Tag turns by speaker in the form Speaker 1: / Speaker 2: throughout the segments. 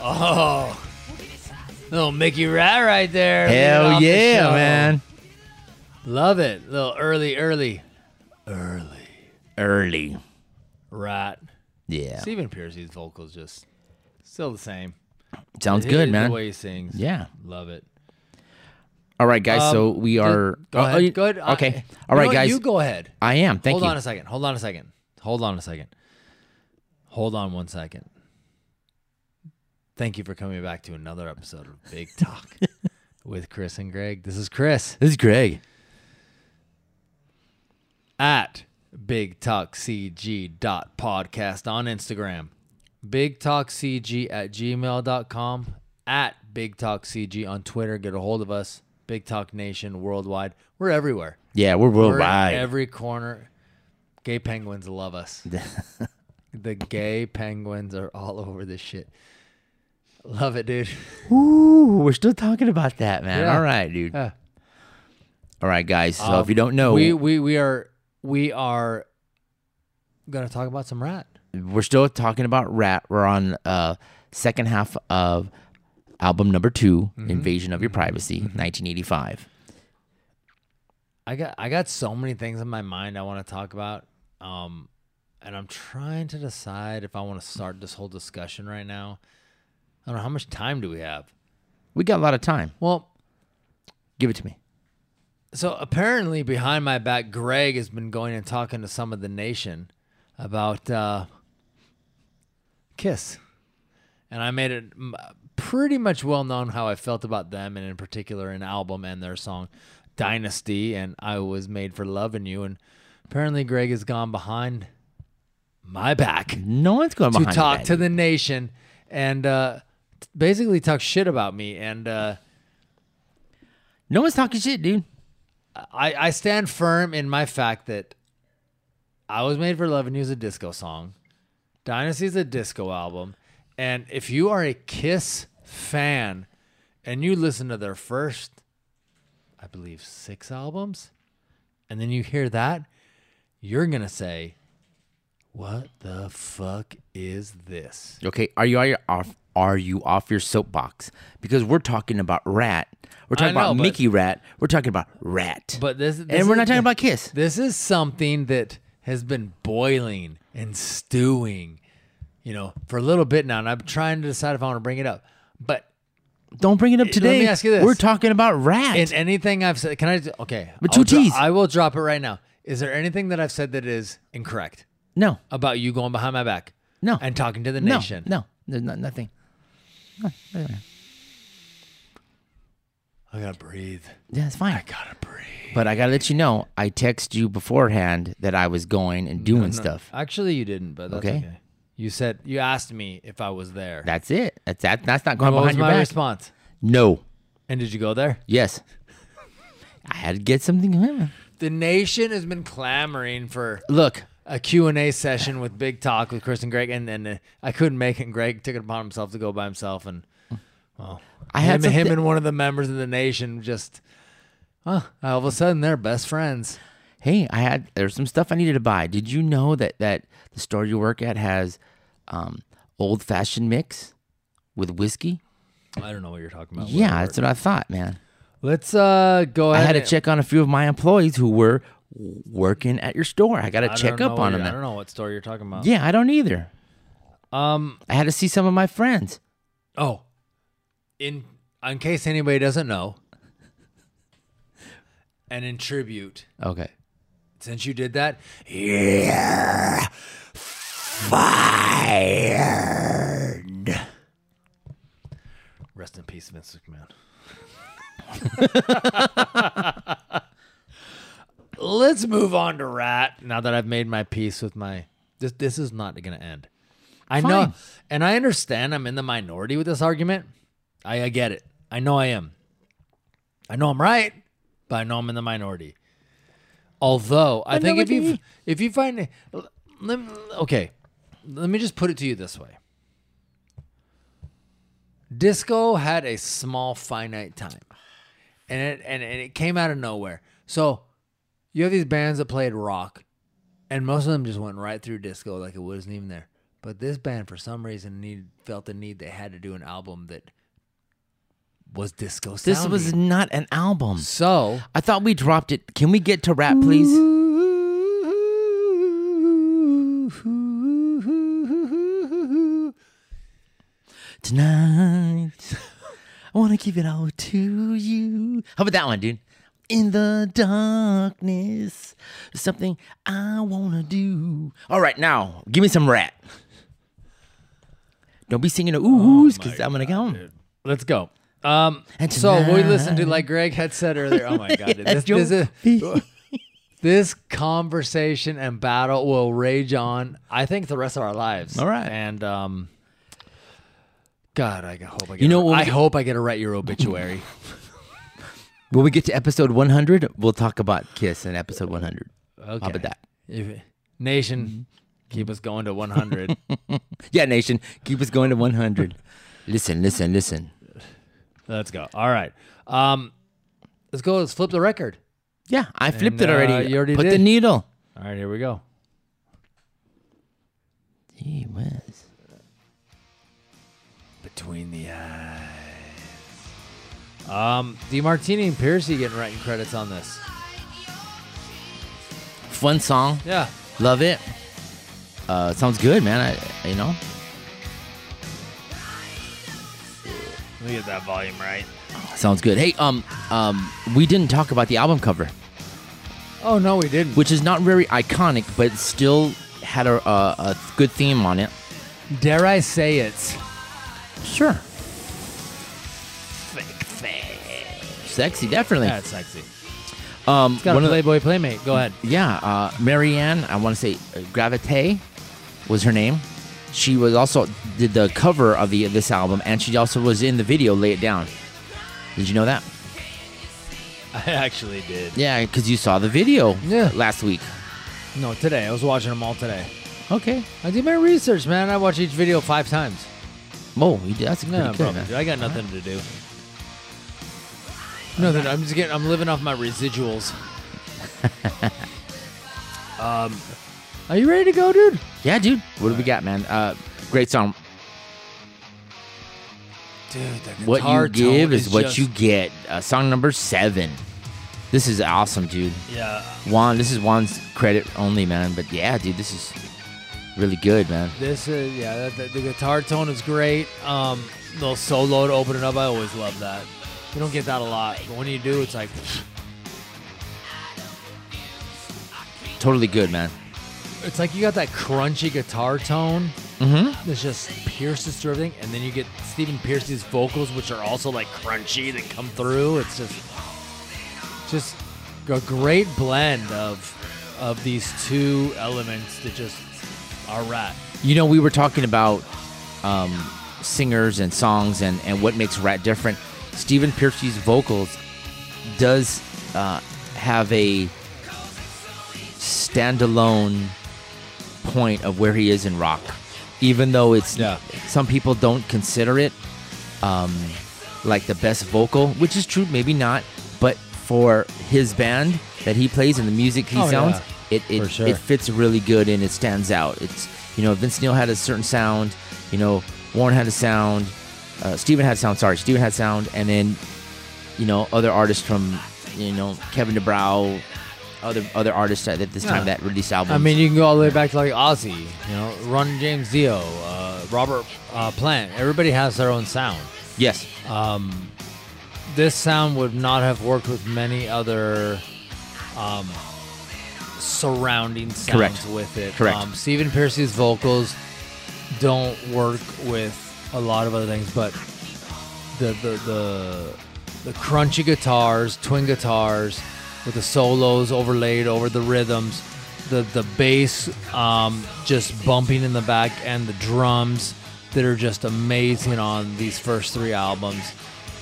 Speaker 1: Oh, little Mickey Rat right there. Leading
Speaker 2: Hell
Speaker 1: off the
Speaker 2: yeah,
Speaker 1: show.
Speaker 2: man.
Speaker 1: Love it. Little early, early, early
Speaker 2: Early.
Speaker 1: Rat.
Speaker 2: Yeah.
Speaker 1: Stephen Piercy's vocals just still the same.
Speaker 2: Sounds
Speaker 1: He-
Speaker 2: good,
Speaker 1: The
Speaker 2: man.
Speaker 1: way he sings.
Speaker 2: Yeah.
Speaker 1: Love it.
Speaker 2: All right, guys.
Speaker 1: Um,
Speaker 2: so we
Speaker 1: Ju-
Speaker 2: are.
Speaker 1: Go
Speaker 2: oh,
Speaker 1: ahead.
Speaker 2: oh, you-
Speaker 1: go ahead. I-
Speaker 2: Okay.
Speaker 1: you
Speaker 2: All
Speaker 1: know
Speaker 2: right,
Speaker 1: what?
Speaker 2: guys.
Speaker 1: You go ahead.
Speaker 2: I am. Thank
Speaker 1: hold
Speaker 2: you.
Speaker 1: on a second. Hold on a second. Hold on a second. Hold on one second. Thank you for coming back to another episode of Big Talk with Chris and Greg. This is Chris
Speaker 2: This is Greg.
Speaker 1: at Big Talk CG dot podcast on Instagram. Big Talk CG at gmail.com at Big Talk CG on Twitter. Get a hold of us. Big Talk Nation worldwide. We're everywhere.
Speaker 2: Yeah, we're
Speaker 1: We're
Speaker 2: worldwide.
Speaker 1: in every corner. Gay penguins love us. the gay penguins are all over this shit. Love it, dude.
Speaker 2: Ooh, we're still talking about that, man.
Speaker 1: Yeah.
Speaker 2: All right, dude.
Speaker 1: Yeah. Um,
Speaker 2: All right, guys. So if you don't know,
Speaker 1: we
Speaker 2: we,
Speaker 1: we we are we are gonna talk about some rat.
Speaker 2: we're still talking about Rat. We're on uh second half of album number 2
Speaker 1: Mm-hmm.
Speaker 2: Invasion of Your Privacy, 1985.
Speaker 1: I got I got so many things in my mind I want to talk about. Um and I'm trying to decide if I want to start this whole discussion right now. I don't know how much time do we have?
Speaker 2: We got a lot of time.
Speaker 1: Well,
Speaker 2: Give it to me.
Speaker 1: So apparently, behind my back, Greg has been going and talking to some of the nation about uh, Kiss, and I made it m- pretty much well known how I felt about them, and in particular, an album and their song "Dynasty" and "I Was Made for Loving You." And apparently, Greg has gone behind my back
Speaker 2: No one's going
Speaker 1: to
Speaker 2: behind
Speaker 1: talk
Speaker 2: that.
Speaker 1: to the nation and uh, t- basically talk shit about me and. Uh,
Speaker 2: No one's talking shit, dude.
Speaker 1: I, I stand firm in my fact that I was made for loving you is a disco song. Dynasty is a disco album. And if you are a Kiss fan and you listen to their first, I believe, six albums, and then you hear that, you're going to say, What the fuck is this?
Speaker 2: Okay, are you are you off? Are you off your soapbox? Because we're talking about Rat. We're talking
Speaker 1: know,
Speaker 2: about
Speaker 1: but-
Speaker 2: Mickey Rat. We're talking about Rat.
Speaker 1: But this, this
Speaker 2: and we're
Speaker 1: is-
Speaker 2: not talking about Kiss.
Speaker 1: This is something that has been boiling and stewing, you know, for a little bit now, and I'm trying to decide if I want to bring it up. But
Speaker 2: Don't bring it up today.
Speaker 1: ask you this.
Speaker 2: We're talking about Rat.
Speaker 1: in anything I've said, can I? Okay,
Speaker 2: But
Speaker 1: I'll
Speaker 2: two
Speaker 1: dro-
Speaker 2: Ts.
Speaker 1: I will drop it right now. Is there anything that I've said that is incorrect
Speaker 2: no,
Speaker 1: about you going behind my back?
Speaker 2: No.
Speaker 1: and talking to the
Speaker 2: no,
Speaker 1: nation.
Speaker 2: no, there's no, nothing.
Speaker 1: I gotta breathe.
Speaker 2: Yeah, it's fine.
Speaker 1: Gotta breathe.
Speaker 2: But I gotta let you know, I text you beforehand that I was going and doing stuff.
Speaker 1: Actually, you didn't, but that's okay.
Speaker 2: Okay.
Speaker 1: You said you asked me if I was there.
Speaker 2: That's it. That's that. That's not going
Speaker 1: what was
Speaker 2: behind your
Speaker 1: my
Speaker 2: back.
Speaker 1: response?
Speaker 2: no.
Speaker 1: And did you go there?
Speaker 2: Yes. I had to get something. going.
Speaker 1: The nation has been clamoring for
Speaker 2: Look,
Speaker 1: a Q&A session with Big Talk with Chris and Greg, and then uh, I couldn't make it. and Greg took it upon himself to go by himself, and
Speaker 2: I
Speaker 1: him,
Speaker 2: had
Speaker 1: him
Speaker 2: something-
Speaker 1: and one of the members of the nation just, huh, all of a sudden they're best friends.
Speaker 2: hey, I had there's some stuff I needed to buy. Did you know that that the store you work at has um, old fashioned mix with whiskey?
Speaker 1: I don't know what you're talking about.
Speaker 2: yeah, that's what I thought, man.
Speaker 1: let's uh go
Speaker 2: I
Speaker 1: ahead.
Speaker 2: had to
Speaker 1: and-
Speaker 2: check on a few of my employees who were working at your store. I got to
Speaker 1: I don't
Speaker 2: check
Speaker 1: know
Speaker 2: up
Speaker 1: what
Speaker 2: on
Speaker 1: you-
Speaker 2: them.
Speaker 1: I don't know what story you're talking about.
Speaker 2: Yeah, I don't either.
Speaker 1: Um.
Speaker 2: I had to see some of my friends.
Speaker 1: Oh, in in case anybody doesn't know, and in tribute,
Speaker 2: Okay.
Speaker 1: since you did that,
Speaker 2: Yeah. Fire.
Speaker 1: rest in peace, Vince McMahon. Let's move on to Rat. Now that I've made my peace with my this, this is not going to end. I know,
Speaker 2: Fine.
Speaker 1: and I understand. I'm in the minority with this argument. I, I get it. I know I am. I know I'm right, but I know I'm in the minority. Although I think if you
Speaker 2: Minority.
Speaker 1: if you find l- let, me- okay, let me just put it to you this way. Disco had a small finite time. And it and, and it came out of nowhere. So you have these bands that played rock and most of them just went right through disco like it wasn't even there. But But this band, for some reason, need, felt the need they had to do an album that was disco.
Speaker 2: This was
Speaker 1: sounding.
Speaker 2: not an album.
Speaker 1: so.
Speaker 2: I thought we dropped it. Can we get to rap, please? Tonight, I want to give it all to you. How about that one, dude? In the darkness, there's something I want to do. All right, now, give me some rap. Don't be singing the oohs, because I'm going to go home.
Speaker 1: Let's go. Um, so we listened to, like Greg had said earlier. Oh my god, dude, this, this, is- this conversation and battle will rage on. I think the rest of our lives.
Speaker 2: All right.
Speaker 1: and um, God, I g- hope I get.
Speaker 2: You know
Speaker 1: a,
Speaker 2: what we
Speaker 1: I
Speaker 2: get-
Speaker 1: hope I get to write your obituary.
Speaker 2: When we get to episode 100, we'll talk about Kiss in episode 100.
Speaker 1: okay.
Speaker 2: How about that?
Speaker 1: If- nation, keep us going to 100.
Speaker 2: Yeah, Nation, keep us going to 100. listen, listen, listen.
Speaker 1: let's go. All right. Um, let's go. Let's flip the record.
Speaker 2: Yeah, I
Speaker 1: And,
Speaker 2: flipped it
Speaker 1: uh,
Speaker 2: already.
Speaker 1: you already
Speaker 2: Put the
Speaker 1: did.
Speaker 2: needle.
Speaker 1: All right, here we go.
Speaker 2: Gee whiz.
Speaker 1: Between the eyes. Um, DeMartini and Piercy getting writing credits on this.
Speaker 2: Fun song.
Speaker 1: Yeah.
Speaker 2: Love it. Uh, sounds good, man. I, you know,
Speaker 1: Let me get that volume right.
Speaker 2: sounds good. Hey, um, um, we didn't talk about the album cover,
Speaker 1: Oh no, we didn't.
Speaker 2: which is not very iconic, but still had a, a, a good theme on it.
Speaker 1: Dare I say it's
Speaker 2: Sure.
Speaker 1: fake face.
Speaker 2: Sexy, definitely.
Speaker 1: That's sexy.
Speaker 2: um,
Speaker 1: Got
Speaker 2: one
Speaker 1: a
Speaker 2: of the,
Speaker 1: Playboy Playmate. Go ahead.
Speaker 2: yeah, uh, Marianne, I want to say uh, Gravite was her name. She was also did the cover of the this album, and she also was in the video "Lay It Down." Did you know that?
Speaker 1: I actually did.
Speaker 2: Yeah, because you saw the video
Speaker 1: Yeah.
Speaker 2: last week.
Speaker 1: No, today I was watching them all today.
Speaker 2: Okay.
Speaker 1: I do my research, man. I watch each video five times.
Speaker 2: Oh, you did. That's pretty
Speaker 1: No
Speaker 2: good,
Speaker 1: problem.
Speaker 2: man.
Speaker 1: dude. I got nothing to do. Nothing. I'm just getting. I'm living off my residuals. um, are you ready to go, dude?
Speaker 2: Yeah, dude. What do we got, man? Uh, great song.
Speaker 1: Dude, the
Speaker 2: What you give is what you get. Uh, song number seven. This is awesome, dude.
Speaker 1: Yeah,
Speaker 2: Juan, this is Juan's credit only, man. But yeah, dude, this is really good, man.
Speaker 1: this is yeah. That, that- the guitar tone is great. Um, little solo to open it up. I always love that. You don't get that a lot, but when you do, it's like
Speaker 2: Totally good, man.
Speaker 1: it's like you got that crunchy guitar tone.
Speaker 2: Mm-hmm.
Speaker 1: that just pierces through everything, and then you get Stephen Piercy's vocals, which are also like crunchy that come through. It's just, just a great blend of of these two elements that just are rap.
Speaker 2: You know, we were talking about um, singers and songs and, and what makes Rat different. Stephen Piercy's vocals does uh, have a standalone point of where he is in rock, even though it's
Speaker 1: Yeah.
Speaker 2: some people don't consider it um, like the best vocal, which is true, maybe not, but for his band that he plays and the music he
Speaker 1: Oh, yeah.
Speaker 2: sounds, it it,
Speaker 1: For sure.
Speaker 2: it fits really good and it stands out. It's you know Vince Neil had a certain sound, you know Warren had a sound, uh, Steven had sound. Sorry, Steven had sound, and then you know other artists from you know Kevin DeBrow, other other artists at at this time
Speaker 1: Yeah.
Speaker 2: that released albums.
Speaker 1: I mean, you can go all the way back to like Ozzy, you know, Ron James Dio, uh, Robert uh, Plant. Everybody has their own sound.
Speaker 2: yes,
Speaker 1: um, this sound would not have worked with many other um, surrounding sounds
Speaker 2: Correct.
Speaker 1: with it.
Speaker 2: Correct.
Speaker 1: Um, Stephen Piercy's vocals don't work with a lot of other things, but the the the, the crunchy guitars, twin guitars, with the solos overlaid over the rhythms, the the bass um, just bumping in the back, and the drums that are just amazing on these first three albums.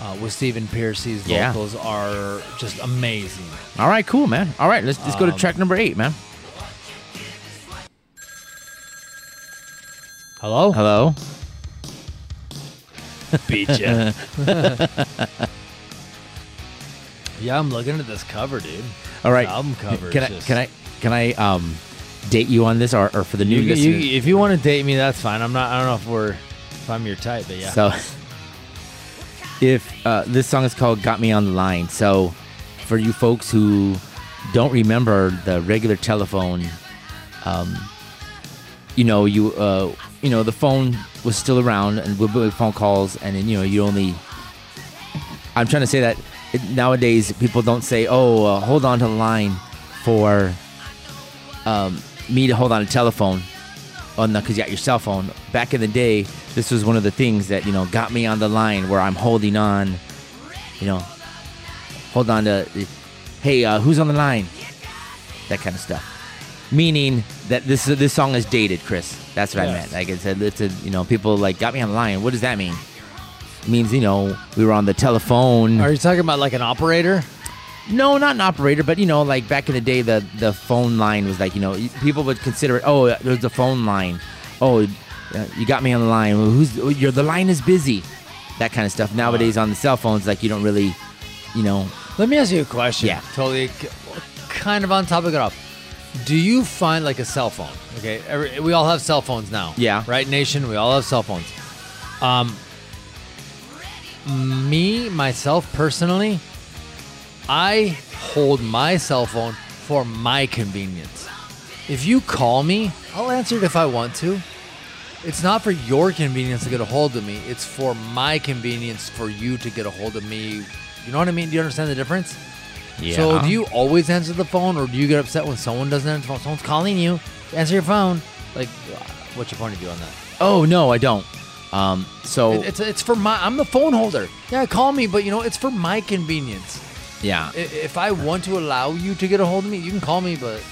Speaker 1: Uh, with Stephen Piercy's
Speaker 2: Yeah.
Speaker 1: vocals are just amazing.
Speaker 2: all right, cool, man. All right, let's let's go
Speaker 1: Um,
Speaker 2: to track number eight, man.
Speaker 1: Hello,
Speaker 2: Hello.
Speaker 1: beat you. yeah, I'm looking at this cover, dude.
Speaker 2: All right.
Speaker 1: album cover
Speaker 2: Can
Speaker 1: is
Speaker 2: I
Speaker 1: just-
Speaker 2: can I can I um date you on this or, or for the new
Speaker 1: You, you,
Speaker 2: listeners.
Speaker 1: if you want to date me, that's fine. I'm not. I don't know if we're if I'm your type, but yeah.
Speaker 2: So, if uh, this song is called "Got Me on the Line," so for you folks who don't remember the regular telephone, um, you know you uh, you know the phone was still around and we would phone calls, and then, you know you only. I'm trying to say that it, nowadays people don't say, "Oh, uh, hold on to the line," for um, me to hold on a telephone on the because you got your cell phone. Back in the day, this was one of the things that you know got me on the line where I'm holding on, you know, hold on to, hey, uh, who's on the line? That kind of stuff. Meaning that this this song is dated, Chris. That's what I
Speaker 1: Yes.
Speaker 2: meant. Like I said, it's a, you know people like got me on the line. What does that mean? It means you know we were on the telephone.
Speaker 1: Are you talking about like an operator?
Speaker 2: No, not an operator, but you know, like back in the day, the the phone line was like you know people would consider it. Oh, there's a phone line. Oh, uh, you got me on the line. Well, who's oh, you're the line is busy. That kind of stuff. Nowadays on the cell phones, like you don't really, you know,
Speaker 1: Let me ask you a question.
Speaker 2: Yeah.
Speaker 1: Totally k- kind of on topic at all. Do you find like a cell phone? Okay. Every, we all have cell phones now.
Speaker 2: Yeah.
Speaker 1: Right, nation? We all have cell phones. Um, me, myself personally, I hold my cell phone for my convenience. If you call me, I'll answer it if I want to. It's not for your convenience to get a hold of me. It's for my convenience for you to get a hold of me. You know what I mean? Do you understand the difference? So do you always answer the phone, or do you get upset when someone doesn't answer the phone? Someone's calling you, answer your phone. Like, what's your point of view on that?
Speaker 2: Oh no, I don't. Um, so
Speaker 1: It- it's it's for my. I'm the phone holder. Yeah, call me, but you know it's for my convenience.
Speaker 2: yeah,
Speaker 1: I- If I want to allow you to get a hold of me, you can call me. But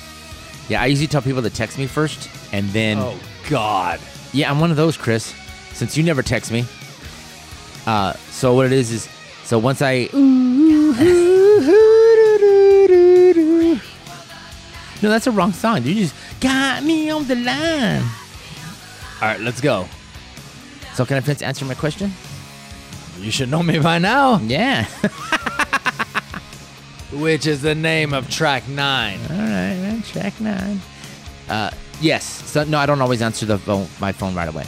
Speaker 2: yeah. I usually tell people to text me first, and then
Speaker 1: oh God,
Speaker 2: Yeah, I'm one of those, Chris. Since you never text me. Uh, so what it is is, so once I. no, that's a wrong song. You just got me on the line.
Speaker 1: all right, let's go.
Speaker 2: So can I please answer my question?
Speaker 1: You should know me by now.
Speaker 2: Yeah.
Speaker 1: Which is the name of track nine?
Speaker 2: All right, man, track nine. Uh, yes. So no, I don't always answer the phone, my phone right away.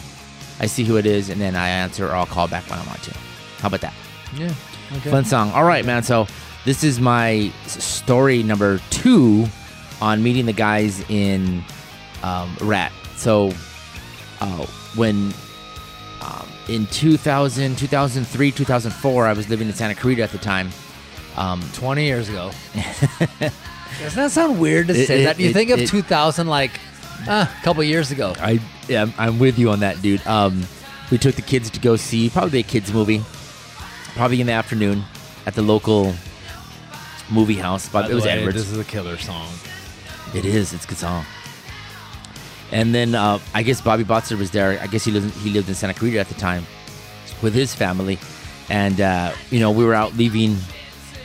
Speaker 2: I see who it is, and then I answer, or I'll call back when I want to. How about that?
Speaker 1: Yeah. Okay.
Speaker 2: Fun song. All right, man. So this is my s- story number two on meeting the guys in um, Rat. So uh, when um, in 2000, 2003, 2004, I was living in Santa Clarita at the time. Um,
Speaker 1: Twenty years ago. Doesn't that sound weird to
Speaker 2: It-
Speaker 1: say
Speaker 2: it-
Speaker 1: that? You
Speaker 2: it-
Speaker 1: think of
Speaker 2: it-
Speaker 1: 2000 like uh, a couple years ago.
Speaker 2: I yeah, I'm, I'm with you on that, dude. Um, we took the kids to go see probably a kids movie, probably in the afternoon at the local movie house. But it was Edwards.
Speaker 1: is a killer song.
Speaker 2: It is. It's a good song. And then uh, I guess Bobby Botzer was there. I guess he lived, he lived in Santa Clarita at the time with his family. And, uh, you know, we were out leaving,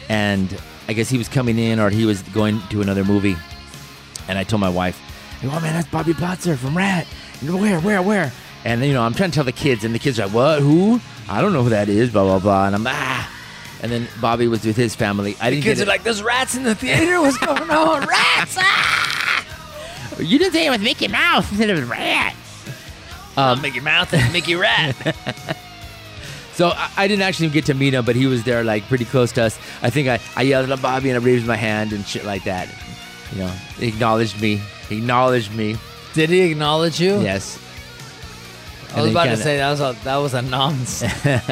Speaker 2: and I guess he was coming in or he was going to another movie. And I told my wife, oh man, that's Bobby Botzer from Rat. And where, where, where? And you know, I'm trying to tell the kids, and the kids are like, what, who? I don't know who that is, blah, blah, blah. And I'm, ah. And then Bobby was with his family. I
Speaker 1: The
Speaker 2: didn't
Speaker 1: kids
Speaker 2: get
Speaker 1: are
Speaker 2: it.
Speaker 1: like, "There's rats in the theater. What's going on? Rats!"
Speaker 2: Ah! you didn't say it was Mickey Mouse instead of Rat.
Speaker 1: Mickey Mouse and Mickey Rat.
Speaker 2: So I, I didn't actually get to meet him, but he was there like pretty close to us. I think I, I yelled at Bobby and I raised my hand and shit like that. You know, he acknowledged me. He acknowledged me.
Speaker 1: Did he acknowledge you?
Speaker 2: Yes.
Speaker 1: I was
Speaker 2: And
Speaker 1: about
Speaker 2: he
Speaker 1: to
Speaker 2: kinda-
Speaker 1: say that was a that was a nonsense.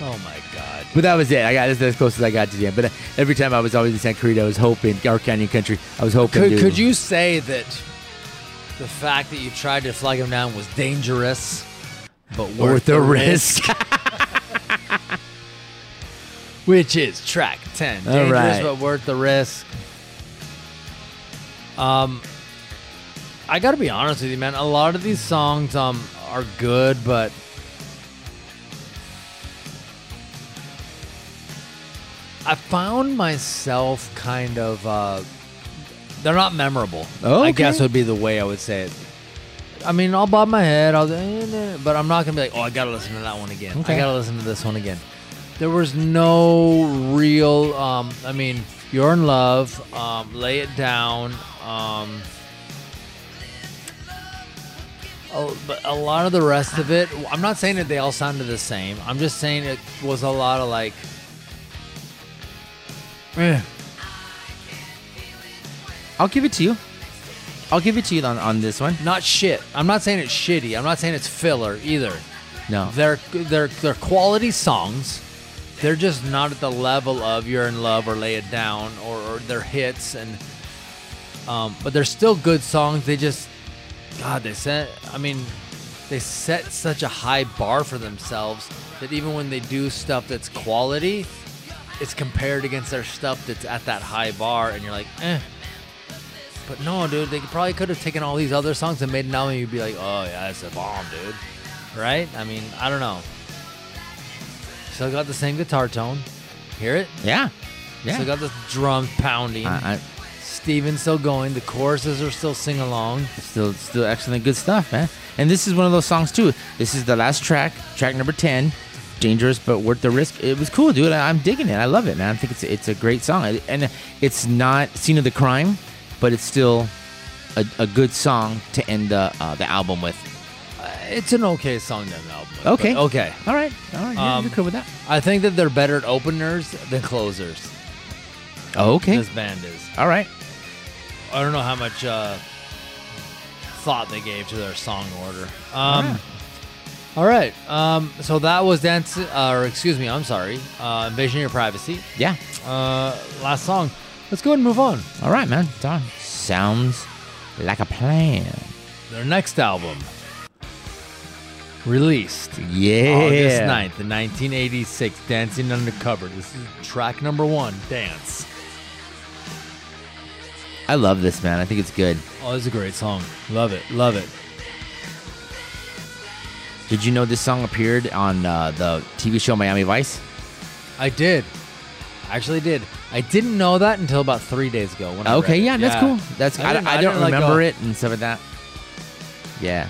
Speaker 1: oh my god.
Speaker 2: But that was it. I got this is as close as I got to the end. But uh, every time I was always in San Clarita, I was hoping, our Canyon Country, I was hoping.
Speaker 1: Could
Speaker 2: dude.
Speaker 1: could you say that the fact that you tried to flag him down was dangerous, but worth,
Speaker 2: worth the risk?
Speaker 1: Which is track 10.
Speaker 2: All
Speaker 1: Dangerous
Speaker 2: right.
Speaker 1: but worth the risk. Um I got to be honest with you, man. A lot of these songs um are good, but I found myself kind of uh they're not memorable. I
Speaker 2: Okay.
Speaker 1: guess would be the way I would say it. I mean, I'll bob my head, I'll, eh, but I'm not gonna be like, oh, I gotta listen to that one again. I
Speaker 2: Okay.
Speaker 1: gotta listen to this one again. There was no real. Um, I mean, you're in love. Um, lay it down. Um, a, but a lot of the rest of it, I'm not saying that they all sounded the same. I'm just saying it was a lot of like, eh,
Speaker 2: I'll give it to you. I'll give it to you on, on this one.
Speaker 1: not shit. I'm not saying it's shitty. I'm not saying it's filler either.
Speaker 2: No.
Speaker 1: They're they're they're quality songs. They're just not at the level of "You're in Love" or "Lay It Down" or, or their hits, and um, but they're still good songs. They just, God, they set. I mean, they set such a high bar for themselves that even when they do stuff that's quality, it's compared against their stuff that's at that high bar, and you're like, eh. But no, dude, they probably could have taken all these other songs and made an album. And you'd be like, oh yeah, it's a bomb, dude. Right? I mean, I don't know. Still got the same guitar tone. Hear it?
Speaker 2: yeah. Yeah. Uh-huh.
Speaker 1: Still got the drum pounding.
Speaker 2: I,
Speaker 1: Steven's still going. The choruses are still sing along.
Speaker 2: I still still excellent good stuff, man. And this is one of those songs too. This is the last track, track number ten. Dangerous but worth the risk. It was cool, dude. I- I'm digging it. I love it, man. I think it's it's a great song, And- and it's not scene of the crime, but it's still a, a good song to end the uh, the album with.
Speaker 1: Uh, It's an okay song to an album. but
Speaker 2: Okay.
Speaker 1: Okay.
Speaker 2: All right, all right. Yeah,
Speaker 1: Um,
Speaker 2: you're cool with that.
Speaker 1: I think that they're better at openers than closers.
Speaker 2: Oh, Okay.
Speaker 1: This band is.
Speaker 2: all right.
Speaker 1: I don't know how much uh, thought they gave to their song order.
Speaker 2: Yeah.
Speaker 1: Um, All right. Um, so that was dance, uh, or excuse me, I'm sorry, uh, invasion of your privacy.
Speaker 2: Yeah.
Speaker 1: Uh, last song. Let's go ahead and move on.
Speaker 2: All right, man. Done. Sounds like a plan.
Speaker 1: Their next album released
Speaker 2: Yeah.
Speaker 1: August 9th, 1986, Dancing Undercover. This is track number one, Dance.
Speaker 2: I love this, man. I think it's good.
Speaker 1: Oh, this is a great song. Love it. Love it.
Speaker 2: Did you know this song appeared on uh, the TV show Miami Vice?
Speaker 1: I did. I actually did. I didn't know that until about three days ago. When I
Speaker 2: Okay,
Speaker 1: read it.
Speaker 2: yeah, that's cool. That's I,
Speaker 1: didn't-
Speaker 2: I, don't
Speaker 1: didn't uh, let go.
Speaker 2: remember it and stuff like that. Yeah.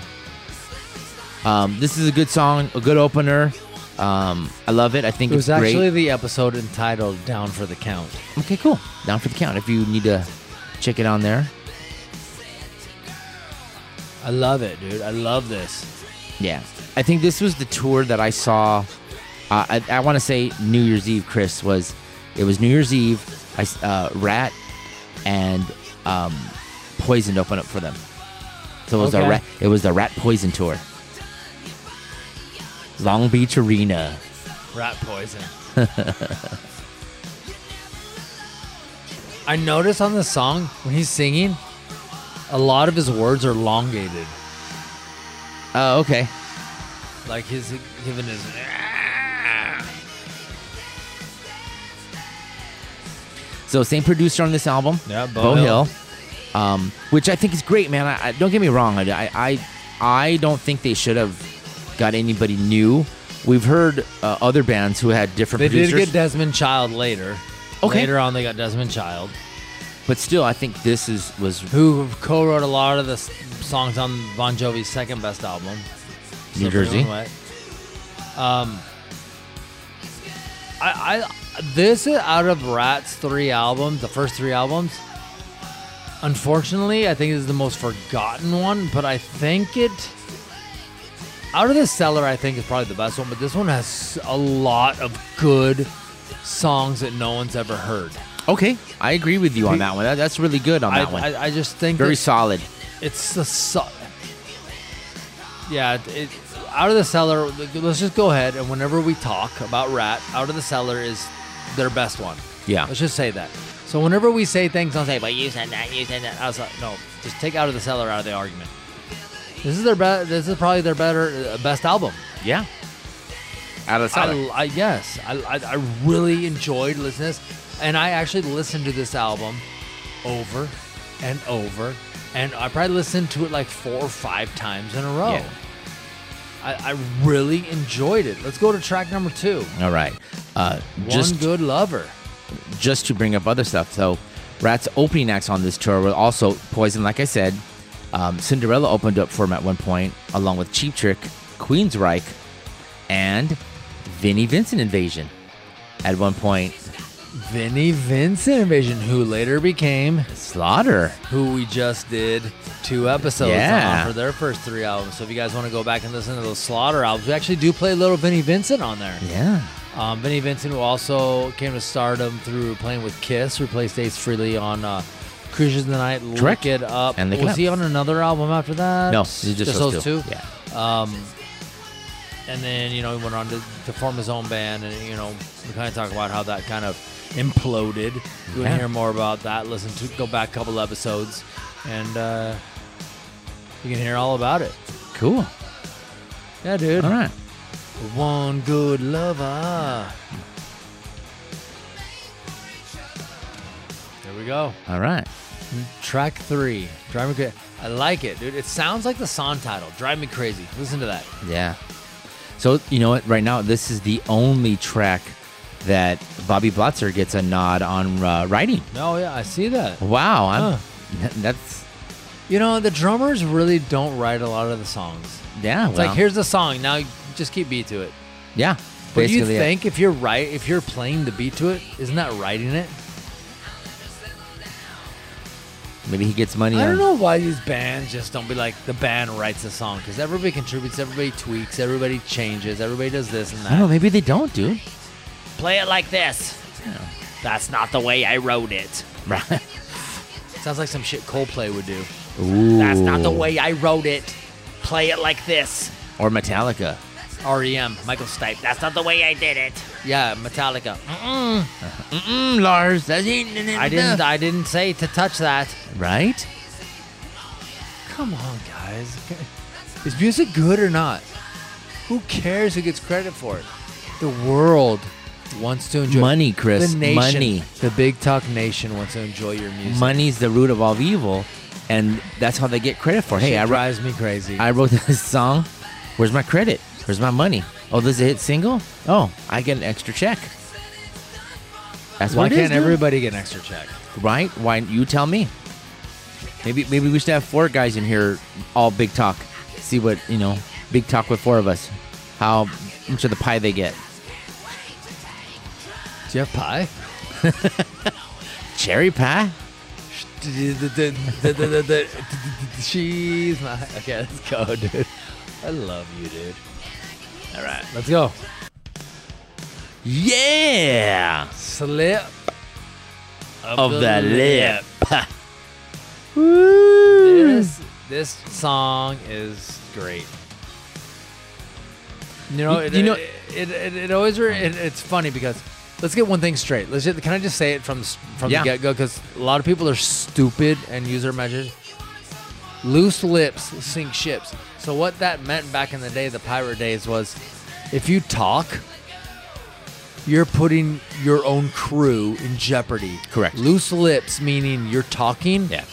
Speaker 2: Um, this is a good song, a good opener. Um, I love it. I think
Speaker 1: It was
Speaker 2: it's great.
Speaker 1: actually the episode entitled Down for the Count.
Speaker 2: okay, cool. Down for the count. If you need to check it on there,
Speaker 1: I love it, dude. I love this.
Speaker 2: yeah. I think this was the tour that I saw. Uh, I, I want to say New Year's Eve. Chris was. It was New Year's Eve. I s- uh, Rat and um, Poison opened up for them. So it was
Speaker 1: Okay.
Speaker 2: a rat. It was the Rat Poison tour. Long Beach Arena.
Speaker 1: Rat poison. I notice on the song when he's singing, a lot of his words are elongated.
Speaker 2: Oh, okay.
Speaker 1: Like he's giving his.
Speaker 2: So same producer on this album.
Speaker 1: Yeah,
Speaker 2: Bo, Hill. Um, which I think is great, man. I, I, don't get me wrong. I, I- I, I don't think they should have got anybody new. We've heard uh, other bands who had different
Speaker 1: They did
Speaker 2: producers,
Speaker 1: get Desmond Child later.
Speaker 2: Okay.
Speaker 1: Later on, they got Desmond Child,
Speaker 2: but still, I think this is was
Speaker 1: who co-wrote a lot of the s- songs on Bon Jovi's second best album,
Speaker 2: New
Speaker 1: Slippery
Speaker 2: Jersey.
Speaker 1: When Wet. Um, I, I this is out of Rat's three albums, the first three albums. Unfortunately, I think this is the most forgotten one, but I think it out of the cellar, I think is probably the best one. But this one has a lot of good songs that no one's ever heard.
Speaker 2: okay. I agree with you on that one. That, that's really good on
Speaker 1: I,
Speaker 2: that one.
Speaker 1: I, I just think
Speaker 2: Very
Speaker 1: that-
Speaker 2: solid.
Speaker 1: It's the su- Yeah, it, it, out of the cellar. Let's just go ahead and whenever we talk about Rat, out of the cellar is their best one.
Speaker 2: Yeah.
Speaker 1: Let's just say that. So whenever we say things, don't say, "But you said that, you said that." I was like, no, just take out of the cellar out of the argument. This is their best. This is probably their better uh, best album.
Speaker 2: Yeah. Out of the
Speaker 1: I,
Speaker 2: solid.
Speaker 1: I yes, I, I I really enjoyed listening to this, and I actually listened to this album over and over, and I probably listened to it like four or five times in a row.
Speaker 2: Yeah.
Speaker 1: I, I really enjoyed it. Let's go to track number two.
Speaker 2: All right. Uh, just
Speaker 1: One good lover.
Speaker 2: just to bring up other stuff. So, Rat's opening acts on this tour were also Poison, like I said. Um, Cinderella opened up for him at one point, along with Cheap Trick, Queensryche, and Vinnie Vincent Invasion. At one point,
Speaker 1: Vinnie Vincent Invasion, who later became
Speaker 2: Slaughter.
Speaker 1: who we just did two episodes
Speaker 2: Yeah.
Speaker 1: on for their first three albums. So if you guys want to go back and listen to those Slaughter albums, we actually do play little Vinnie Vincent on there.
Speaker 2: Yeah.
Speaker 1: Um, Vinnie Vincent, who also came to stardom through playing with Kiss, replaced Ace Frehley on uh, Cruises of the Night,
Speaker 2: Correct.
Speaker 1: Lick It Up.
Speaker 2: And Lick It
Speaker 1: Was
Speaker 2: Up.
Speaker 1: he on another album after that?
Speaker 2: No, it's just, those, two. Yeah.
Speaker 1: Um, and then you know he went on to, to form his own band, and you know we kind of talk about how that kind of imploded. You want to
Speaker 2: Yeah.
Speaker 1: hear more about that? Listen to go back a couple episodes, and uh, you can hear all about it.
Speaker 2: Cool.
Speaker 1: Yeah, dude.
Speaker 2: All right.
Speaker 1: One good lover. There we go.
Speaker 2: All right.
Speaker 1: Track three. Drive me crazy. I like it, dude. It sounds like the song title. Drive me crazy. Listen to that.
Speaker 2: Yeah. So you know what? Right now, this is the only track that Bobby Blotzer gets a nod on uh, writing.
Speaker 1: No, yeah, I see that.
Speaker 2: Wow. I'm, That's
Speaker 1: You know, the drummers really don't write a lot of the songs.
Speaker 2: yeah.
Speaker 1: It's
Speaker 2: well,
Speaker 1: like here's the song, now just keep beat to it.
Speaker 2: Yeah.
Speaker 1: But do you
Speaker 2: basically it.
Speaker 1: think if you're right, if you're playing the beat to it, isn't that writing it?
Speaker 2: maybe he gets money?
Speaker 1: I don't
Speaker 2: on,
Speaker 1: know why these bands just don't be like the band writes a song because everybody contributes, everybody tweaks, everybody changes, everybody does this and
Speaker 2: I don't
Speaker 1: that.
Speaker 2: know. Maybe they don't, dude.
Speaker 1: Play it like this. That's not the way I wrote it.
Speaker 2: Right.
Speaker 1: Sounds like some shit Coldplay would do.
Speaker 2: Ooh.
Speaker 1: That's not the way I wrote it. Play it like this.
Speaker 2: Or Metallica.
Speaker 1: REM, E Michael Stipe. That's not the way I did it. Yeah, Metallica.
Speaker 2: Mm, Lars, that ain't
Speaker 1: I didn't. I didn't say to touch that.
Speaker 2: Right?
Speaker 1: Come on, guys. Is music good or not? Who cares who gets credit for it? The world wants to enjoy
Speaker 2: Money, Chris.
Speaker 1: The nation,
Speaker 2: Money.
Speaker 1: the big talk nation wants to enjoy your music.
Speaker 2: Money's the root of all evil, and that's how they get credit for. Hey,
Speaker 1: Shit
Speaker 2: I wrote,
Speaker 1: drives me crazy.
Speaker 2: I wrote this song. Where's my credit? Where's my money? Oh, this is a hit single. Oh, I get an extra check. That's
Speaker 1: Why
Speaker 2: what it is,
Speaker 1: can't
Speaker 2: dude.
Speaker 1: everybody get an extra check?
Speaker 2: Right? Why? You tell me. Maybe maybe we should have four guys in here, all big talk. See what you know. Big talk with four of us. How much of the pie they get?
Speaker 1: Do you have pie?
Speaker 2: Cherry pie.
Speaker 1: She's my. Okay, let's go, dude. I love you, dude. All right, let's go.
Speaker 2: Yeah.
Speaker 1: Slip
Speaker 2: Of the lip.
Speaker 1: This this song is great. You know,
Speaker 2: You-
Speaker 1: it,
Speaker 2: you know-
Speaker 1: it, it, it, it always re- it, it's funny because let's get one thing straight. Let's just, can I just say it from s- from
Speaker 2: Yeah.
Speaker 1: the get go because a lot of people are stupid and use their measures. Loose lips sink ships. So what that meant back in the day, the pirate days, was if you talk, you're putting your own crew in jeopardy.
Speaker 2: Correct.
Speaker 1: Loose lips meaning you're talking
Speaker 2: Yeah.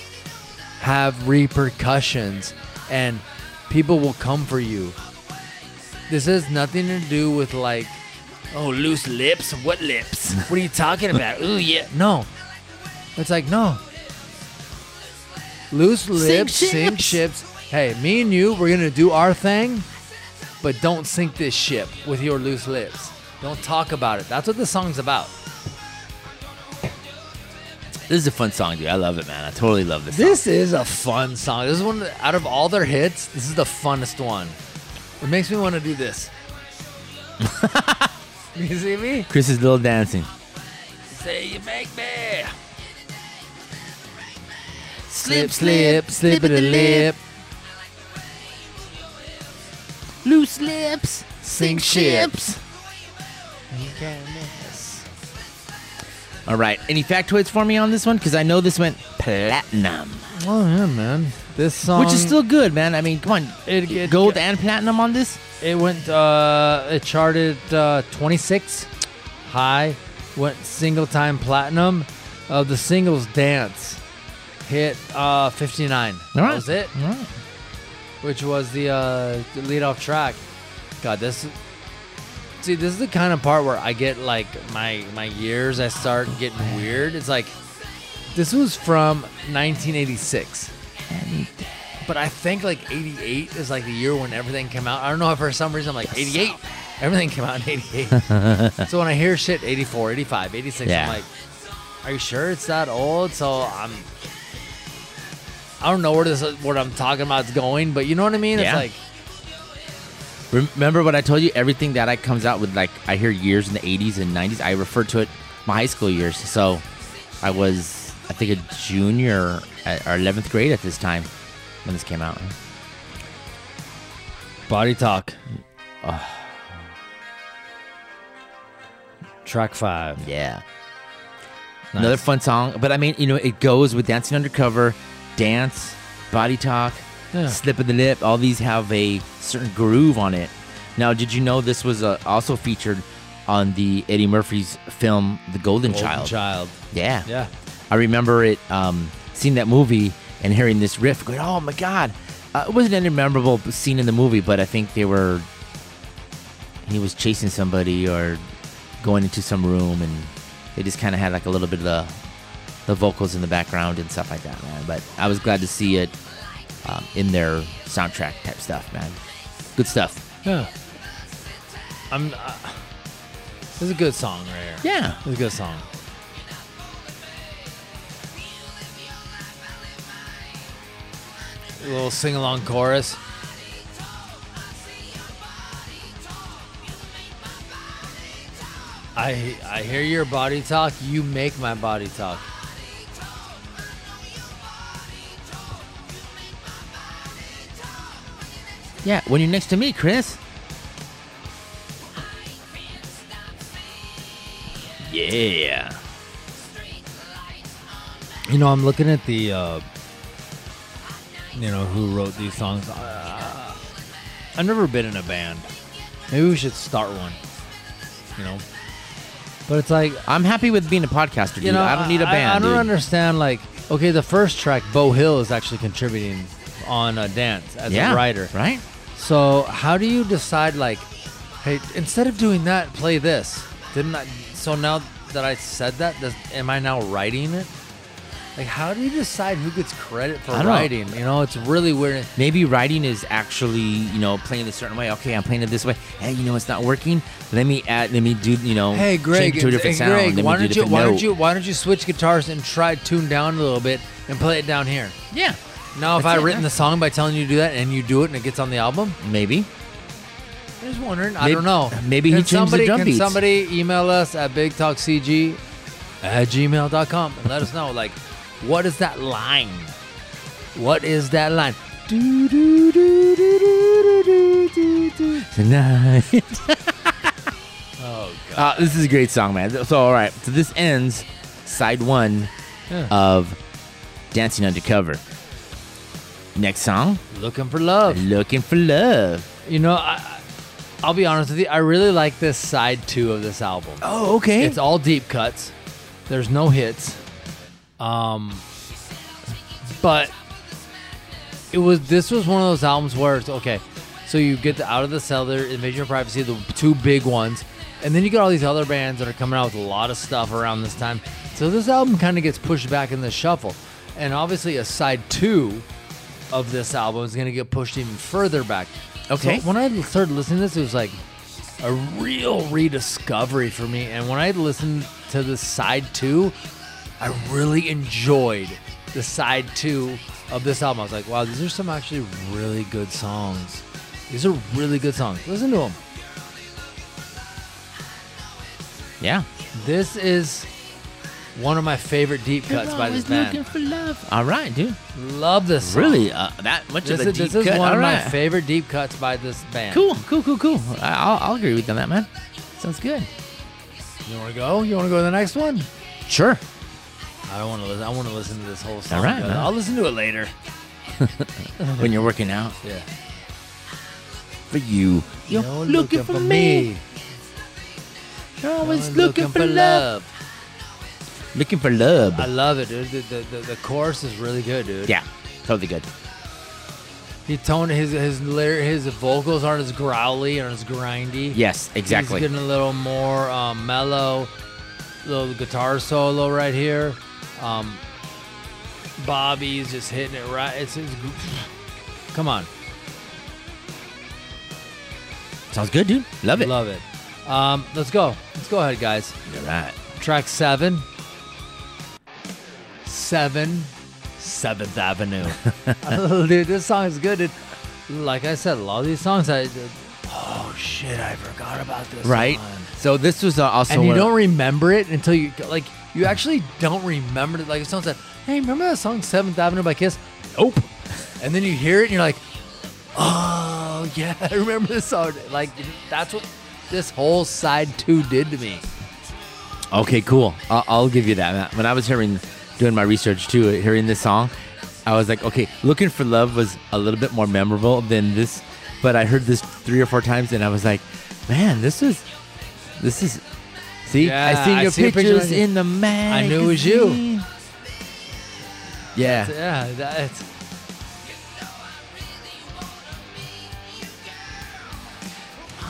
Speaker 1: have repercussions and people will come for you. This has nothing to do with like, oh, loose lips? What lips? What are you talking about? Ooh, yeah. No. It's like, no. Loose lips, sink
Speaker 2: ships.
Speaker 1: ships. Hey, me and you, we're going to do our thing, but don't sink this ship with your loose lips. Don't talk about it. That's what the song's about.
Speaker 2: This is a fun song, dude. I love it, man. I totally love this.
Speaker 1: This is a fun song. This is one of the, out of all their hits. This is the funnest one. It makes me want to do this. you see me?
Speaker 2: Chris is little dancing.
Speaker 1: Say you make me
Speaker 2: Slip, slip, slip of the lip. Loose lips,
Speaker 1: sink ships.
Speaker 2: All right. Any factoids for me on this one? Because I know this went platinum,
Speaker 1: Oh yeah, man. This song,
Speaker 2: which is still good, man. I mean, come on.
Speaker 1: Um, It- it-
Speaker 2: gold and platinum on this?
Speaker 1: it went uh it charted uh 26 high, went single time platinum of the singles dance. Hit uh 59.
Speaker 2: All right.
Speaker 1: That was it.
Speaker 2: All right.
Speaker 1: which was the uh, lead off track. God, this. See, this is the kind of part where I get like my my years. I start getting weird. It's like this was from 1986, but I think like 88 is like the year when everything came out. I don't know. For some reason, I'm like 88, Everything came out in 88. so when I hear shit 84, 85, 86,
Speaker 2: Yeah.
Speaker 1: I'm like, are you sure it's that old? So I'm. I don't know where this what I'm talking about is going, but you know what I mean.
Speaker 2: Yeah.
Speaker 1: It's
Speaker 2: Remember what I told you? Everything that I comes out with, like I hear years in the 80s and 90s. I refer to it my high school years. So I was, I think, a junior at, or 11th grade at this time when this came out.
Speaker 1: like body talk. Track five.
Speaker 2: Yeah.
Speaker 1: Nice.
Speaker 2: Another fun song, but I mean, you know, it goes with dancing undercover, dance, body talk,
Speaker 1: Yeah.
Speaker 2: slip of the lip. All these have a certain groove on it. Now, did you know this was uh, also featured on the Eddie Murphy's film The Golden,
Speaker 1: Golden
Speaker 2: Child?
Speaker 1: Child.
Speaker 2: Yeah,
Speaker 1: Yeah.
Speaker 2: I remember it, um, seeing that movie and hearing this riff. Going, oh my god! Uh, it wasn't any memorable scene in the movie, but I think they were. He was chasing somebody or going into some room, and they just kind of had like a little bit of the, the vocals in the background and stuff like that, man. But I was glad to see it um, in their soundtrack type stuff, man. Good stuff.
Speaker 1: Yeah. I'm. Uh, this is a good song right here.
Speaker 2: Yeah.
Speaker 1: This is a good song. A little sing along chorus. I I hear your body talk. You make my body talk.
Speaker 2: Yeah. When you're next to me, Chris. Yeah.
Speaker 1: You know, I'm looking at the, uh, you know, who wrote these songs. Uh, I've never been in a band. Maybe we should start one. You know, but it's like
Speaker 2: I'm happy with being a podcaster, dude.
Speaker 1: you know,
Speaker 2: I don't need a band.
Speaker 1: I, don't
Speaker 2: dude.
Speaker 1: understand. Like, okay, the first track, Bo Hill is actually contributing on a dance as
Speaker 2: yeah,
Speaker 1: a writer.
Speaker 2: right?
Speaker 1: So how do you decide? Like, hey, instead of doing that, play this. Didn't I? So now that I said that, does, am I now writing it? Like, how do you decide who gets credit for
Speaker 2: I don't know.
Speaker 1: writing? You know, it's really weird.
Speaker 2: Maybe writing is actually, you know, playing a certain way. Okay, I'm playing it this way. Hey, you know, it's not working. Let me add. Let me do. You know,
Speaker 1: Hey, Greg,
Speaker 2: change to a
Speaker 1: it's-
Speaker 2: different
Speaker 1: hey,
Speaker 2: sound.
Speaker 1: Greg,
Speaker 2: let
Speaker 1: why don't
Speaker 2: me do
Speaker 1: you
Speaker 2: different
Speaker 1: why
Speaker 2: note.
Speaker 1: don't you why don't you switch guitars and try tune down a little bit and play it down here?
Speaker 2: Yeah,
Speaker 1: Now, if
Speaker 2: That's
Speaker 1: I
Speaker 2: it,
Speaker 1: written
Speaker 2: yeah.
Speaker 1: the song by telling you to do that and you do it and it gets on the album,
Speaker 2: maybe.
Speaker 1: I'm just wondering. I
Speaker 2: Maybe-
Speaker 1: don't know.
Speaker 2: maybe he
Speaker 1: Can
Speaker 2: changed
Speaker 1: somebody,
Speaker 2: the drum
Speaker 1: can
Speaker 2: beats.
Speaker 1: somebody email us at bigtalkcg at gmail.com and let us know, like, what is that line? What is that line? Do, do, do, do, do, do, do, do.
Speaker 2: Tonight.
Speaker 1: Oh, God.
Speaker 2: Uh, this is a great song, man. So, all right. So this ends side one
Speaker 1: Yeah.
Speaker 2: of Dancing Undercover. Next song,
Speaker 1: Looking for love.
Speaker 2: Looking for Love.
Speaker 1: You know, I, I- I'll be honest with you. I really like this side two of this album.
Speaker 2: Oh, okay.
Speaker 1: It's all deep cuts. There's no hits. Um, but it was this was one of those albums where it's okay. So you get the Out of the Cellar, Invasion of Privacy, the two big ones, and then you got all these other bands that are coming out with a lot of stuff around this time. So this album kind of gets pushed back in the shuffle, and obviously a side two of this album is going to get pushed even further back.
Speaker 2: Okay.
Speaker 1: So when I started listening to this, it was like a real rediscovery for me. And when I listened to the side two, I really enjoyed the side two of this album. I was like, wow, these are some actually really good songs. These are really good songs. Listen to them.
Speaker 2: yeah.
Speaker 1: This is one of my favorite deep cuts by this band.
Speaker 2: All right, dude.
Speaker 1: Love this song.
Speaker 2: Really, uh, that much
Speaker 1: This
Speaker 2: of a
Speaker 1: is,
Speaker 2: deep
Speaker 1: this is
Speaker 2: cut.
Speaker 1: one
Speaker 2: All
Speaker 1: of my
Speaker 2: right.
Speaker 1: favorite deep cuts by this band.
Speaker 2: Cool, cool, cool, cool. I, I'll, I'll agree with you on that, man. Sounds good.
Speaker 1: You want to go? You want to go to the next one?
Speaker 2: Sure.
Speaker 1: I don't want to listen. I want to listen to this whole song.
Speaker 2: All right,
Speaker 1: but
Speaker 2: man.
Speaker 1: I'll listen to it later.
Speaker 2: When you're working out
Speaker 1: Yeah.
Speaker 2: for you, you're, looking, for me. You're always looking, for love. Looking for love.
Speaker 1: I love it, dude. The, the, the, the chorus is really good, dude.
Speaker 2: yeah, totally good.
Speaker 1: He toned his his lyric, his vocals aren't as growly and as grindy.
Speaker 2: Yes, exactly.
Speaker 1: He's getting a little more um, mellow. Little guitar solo right here. Um, Bobby's just hitting it right. It's, it's come on.
Speaker 2: Sounds good, dude. Love it.
Speaker 1: Love it. Um, let's go. Let's go ahead, guys.
Speaker 2: All right.
Speaker 1: Track seven. Seven. Seventh Avenue. Dude, this song is good. It, like I said, a lot of these songs, I. Oh shit! I forgot about this.
Speaker 2: Right.
Speaker 1: one.
Speaker 2: So this was uh, also
Speaker 1: and you
Speaker 2: one of-
Speaker 1: don't remember it until you like you actually don't remember it. Like if someone said, "Hey, remember that song Seventh Avenue by Kiss?" Nope.
Speaker 2: Oh.
Speaker 1: And then you hear it and you're like, "Oh yeah, I remember this song." Like that's what this whole side two did to me.
Speaker 2: Okay, cool. I'll, I'll give you that. Matt. When I was hearing, doing my research too, hearing this song, I was like, okay, "Looking for Love" was a little bit more memorable than this, but I heard this three or four times, and I was like, man, this is, this is. See,
Speaker 1: Yeah,
Speaker 2: I seen
Speaker 1: I
Speaker 2: your
Speaker 1: see your picture
Speaker 2: pictures
Speaker 1: right here.
Speaker 2: in the mag.
Speaker 1: knew it was you.
Speaker 2: Yeah.
Speaker 1: Yeah, that's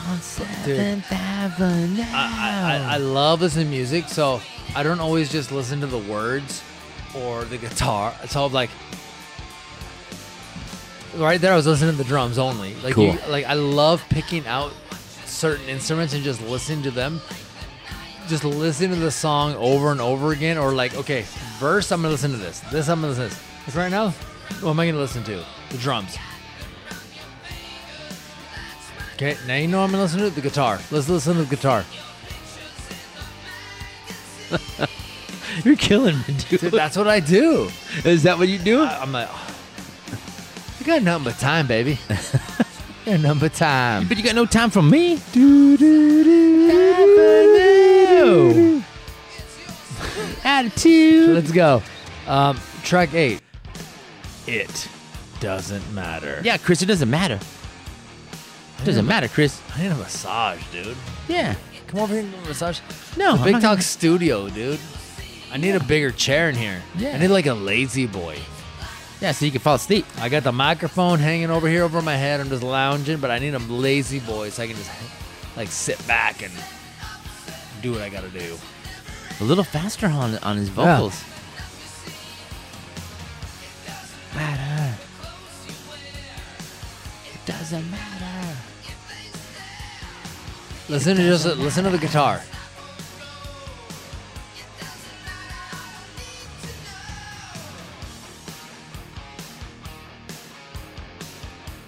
Speaker 2: On
Speaker 1: Dude.
Speaker 2: Avenue.
Speaker 1: I, I, I love listening to music, so I don't always just listen to the words or the guitar. So I'm like, right there, I was listening to the drums only. Like,
Speaker 2: Cool.
Speaker 1: you, like I love picking out certain instruments and just listening to them. Just listen to the song over and over again, or like, okay, verse, I'm gonna listen to this. This, I'm gonna listen to this. Like right now, what am I gonna listen to? The drums. Okay, now you know what I'm gonna listen to the guitar. Let's listen to the guitar.
Speaker 2: You're killing me,
Speaker 1: Dude,
Speaker 2: dude.
Speaker 1: that's what I do.
Speaker 2: Is that what you do?
Speaker 1: I- I'm like, "Oh, you got nothing but time, baby. you got nothing but time.
Speaker 2: But you got no time for me. Do, do, do, do, do, do. Attitude.
Speaker 1: Let's go. Um, track eight. It doesn't matter.
Speaker 2: Yeah, Chris, it doesn't matter. It doesn't matter, Chris.
Speaker 1: I need a massage, dude.
Speaker 2: Yeah.
Speaker 1: Come over here and give me a massage.
Speaker 2: No,
Speaker 1: The
Speaker 2: I'm
Speaker 1: Big
Speaker 2: not
Speaker 1: Talk Studio, dude. I need a bigger chair in here.
Speaker 2: Yeah.
Speaker 1: I need like a lazy boy.
Speaker 2: gonna- Yeah, so you can fall asleep.
Speaker 1: I got the microphone hanging over here over my head. I'm just lounging, but I need a lazy boy so I can just like sit back and do what I gotta do.
Speaker 2: A little faster on on his vocals. Matter. It doesn't matter.
Speaker 1: Listen to just listen to the guitar.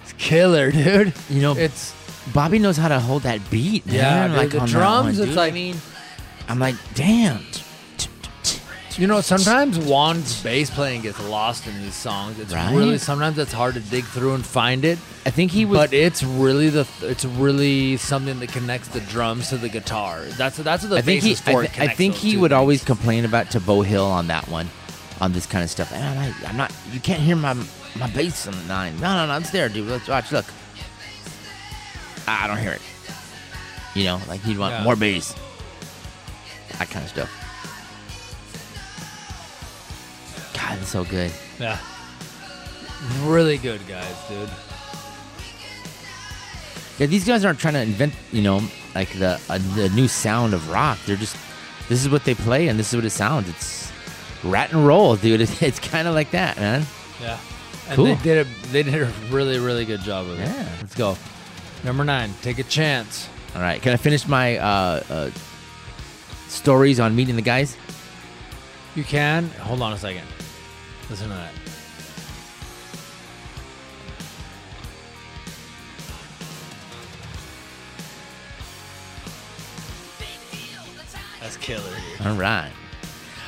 Speaker 1: It's killer, dude.
Speaker 2: You know,
Speaker 1: It's
Speaker 2: Bobby knows how to hold that beat. Man.
Speaker 1: yeah, dude,
Speaker 2: like
Speaker 1: the
Speaker 2: on that one,
Speaker 1: drums.
Speaker 2: dude.
Speaker 1: it's like
Speaker 2: I'm like, damn.
Speaker 1: you know, sometimes Juan's bass playing gets lost in these songs. It's
Speaker 2: Right?
Speaker 1: really sometimes it's hard to dig through and find it.
Speaker 2: I think he was.
Speaker 1: But it's really the it's really something that connects the drums to the guitar. That's that's what the
Speaker 2: I think
Speaker 1: bass
Speaker 2: he.
Speaker 1: is for.
Speaker 2: I,
Speaker 1: It
Speaker 2: thi- I
Speaker 1: connects
Speaker 2: think
Speaker 1: those
Speaker 2: he
Speaker 1: two
Speaker 2: would
Speaker 1: things.
Speaker 2: always complain about Tabo Hill on that one, on this kind of stuff. And I'm like, I'm not. You can't hear my my bass on the nine. No, no, no. It's there, dude. Let's watch. Look. "Ah, I don't hear it. You know, like he'd want
Speaker 1: Yeah.
Speaker 2: more bass. That kind of stuff. God, it's so good.
Speaker 1: Yeah. Really good guys, dude.
Speaker 2: Yeah, these guys aren't trying to invent, you know, like the uh, the new sound of rock. They're just this is what they play and this is what it sounds. It's rat and roll, dude. It's, it's kind of like that, man.
Speaker 1: Yeah. And
Speaker 2: Cool.
Speaker 1: they did a they did a really, really good job with it.
Speaker 2: Yeah.
Speaker 1: Let's go. Number nine, take a chance.
Speaker 2: All right, can I finish my uh, uh, stories on meeting the guys?
Speaker 1: You can hold on a second. Listen to that. That's killer. dude.
Speaker 2: All right,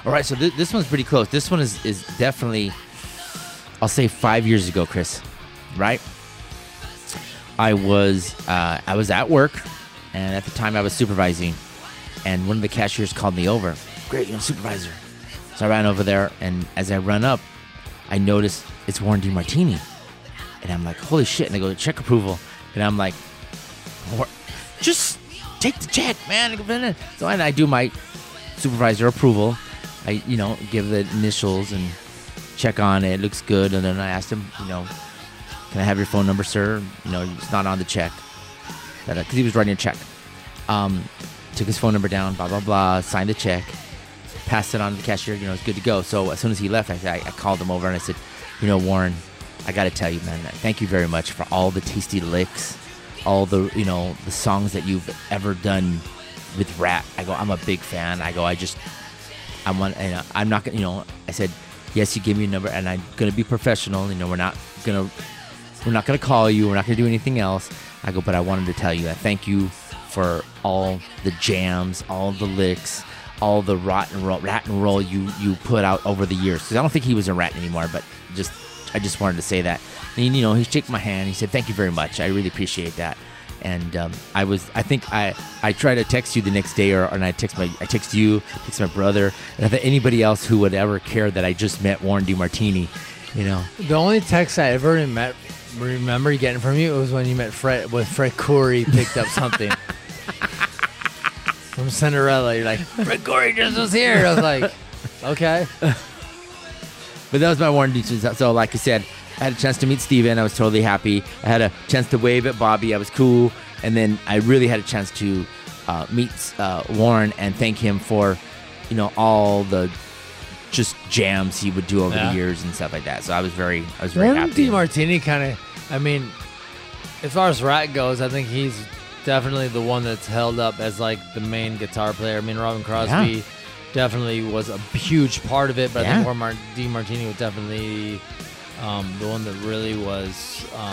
Speaker 2: all right. So th- this one's pretty close. This one is is definitely, I'll say five years ago, Chris. Right? I was uh, I was at work, and at the time I was supervising, and one of the cashiers called me over. Great, you're a supervisor. So I ran over there, and as I run up, I notice it's Warren D. Martini, and I'm like, holy shit! And I go check approval, and I'm like, "Wha- just take the check, man. So and I do my supervisor approval. I you know give the initials and check on it. It looks good, and then I asked him, you know, can I have your phone number, sir? You know, it's not on the check. Because he was writing a check. Um, took his phone number down, blah, blah, blah, signed the check, passed it on to the cashier, you know, it's good to go. So as soon as he left, I, I, I called him over and I said, you know, Warren, I got to tell you, man, thank you very much for all the tasty licks, all the you know the songs that you've ever done with rap. I go, I'm a big fan. I go, I just I'm on, and I'm not gonna you know I said yes, you give me a number, and I'm gonna be professional. You know, we're not gonna we're not gonna call you. We're not gonna do anything else. I go, but I wanted to tell you, I thank you for all the jams, all the licks, all the rot and roll, rat and roll you you put out over the years. Because I don't think he was a rat anymore, but just I just wanted to say that. And you know, he shook my hand. He said, "Thank you very much. I really appreciate that." And um, I was, I think I I tried to text you the next day, or and I text my I text you, text my brother, and I think anybody else who would ever care that I just met Warren DiMartini, you know.
Speaker 1: The only text I ever met, remember getting from you was when you met Fred when Fred Corey picked up something from Cinderella. You're like, Fred Corey just was here. I was like, okay.
Speaker 2: But that was my Warren Beaches. So, like I said, I had a chance to meet Steven. I was totally happy. I had a chance to wave at Bobby. I was cool. And then I really had a chance to uh, meet uh, Warren and thank him for, you know, all the just jams he would do over
Speaker 1: Yeah.
Speaker 2: the years and stuff like that. So I was very, I was very
Speaker 1: Warren
Speaker 2: happy.
Speaker 1: DiMartini kind of, I mean, as far as Rat goes, I think he's definitely the one that's held up as like the main guitar player. I mean, Robin Crosby
Speaker 2: Yeah.
Speaker 1: definitely was a huge part of it, but I
Speaker 2: Yeah.
Speaker 1: think Warren Mar- DiMartini was definitely um, the one that really was. Um,